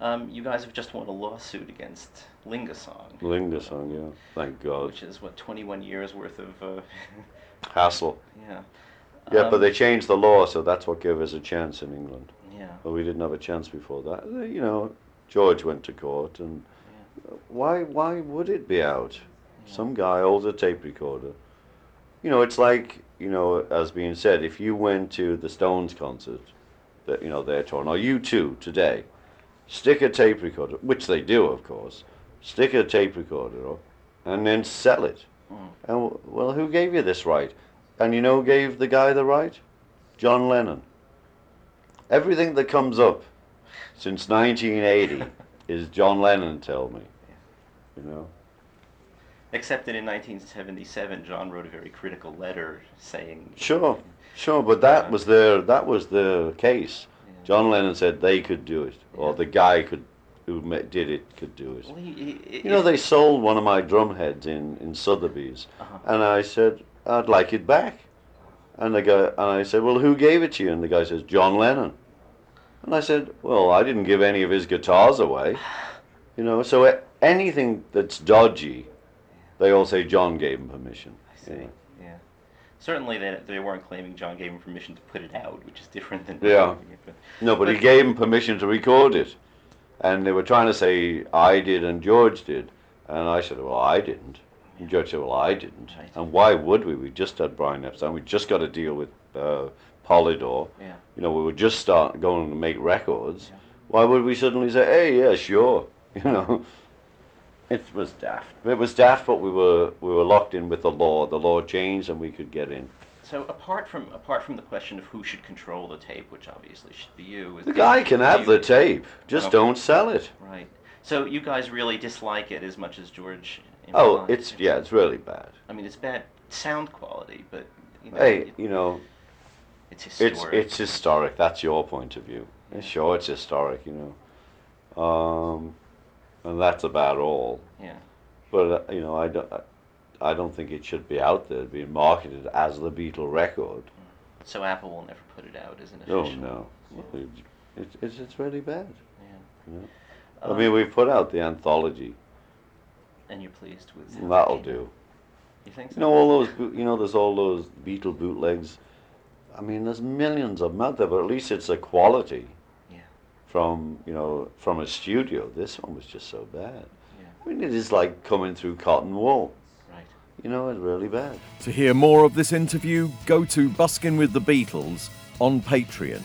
Um, you guys have just won a lawsuit against Lingasong, Linda song, yeah. Thank God. which is what 21 years worth of uh, Hassle. yeah. Yeah, but Um, they changed the law, so that's what gave us a chance in England. yeah. But we didn't have a chance before that. Uh, You know, George went to court, and uh, why? Why would it be out? Some guy holds a tape recorder. You know, it's like you know, as being said, if you went to the Stones concert, that you know they're touring, or you two today, stick a tape recorder, which they do, of course, stick a tape recorder up, and then sell it. Mm. And w- well, who gave you this right? And you know, who gave the guy the right, John Lennon. Everything that comes up since 1980 is John Lennon. Tell me, you know. Except that in 1977, John wrote a very critical letter saying, Sure, sure, but that Yeah. was their that was their case. Yeah. John Lennon said they could do it, or Yeah. the guy could who ma- did it could do it. Well, he, he, You know, they sold one of my drum heads in in Sotheby's, Uh-huh. and I said I'd like it back, and the guy and I said, well, who gave it to you? And the guy says John Lennon, and I said, well, I didn't give any of his guitars away, you know. So a- anything that's dodgy, they all say John gave him permission. I you know. see. Yeah. Certainly, they, they weren't claiming John gave him permission to put it out, which is different than. Yeah. But, No, but he But- gave him permission to record it. And they were trying to say, I did and George did. And I said, well, I didn't. And George said, well, I didn't. Right. And why would we? We just had Brian Epstein. We just got to deal with uh, Polydor. yeah. You know, we were just start going to make records. Yeah. Why would we suddenly say, hey, yeah, sure? You know, it was daft. It was daft, but we were, we were locked in with the law. The law changed and we could get in. So apart from apart from the question of who should control the tape, which obviously should be you, is The guy can have the you- tape, just Oh. don't sell it. Right. So you guys really dislike it as much as George. Oh, implied. it's yeah, it's really bad. I mean, it's bad sound quality, but you know, Hey, it- you know, it's historic. it's it's historic. That's your point of view. Yeah. Sure, it's historic. You know, um, and that's about all. yeah. But uh, you know, I don't, I don't think it should be out there being marketed as the Beatle record. So Apple will never put it out as an Oh official. no, Well, it's it's it's really bad. Yeah. Yeah. I Um, mean, we put out the anthology. and you're pleased with how and that That'll came out? do. You think so? You know all those. boot- You know there's all those Beatle bootlegs. I mean, there's millions of them out there, but at least it's a quality. Yeah. From you know from a studio. This one was just so bad. Yeah. I mean, it is like coming through cotton wool. Right. You know, it's really bad. To hear more of this interview, go to Buskin with the Beatles on Patreon.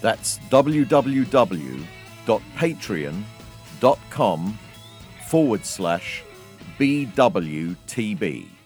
That's www.patreon.com forward slash BWTB.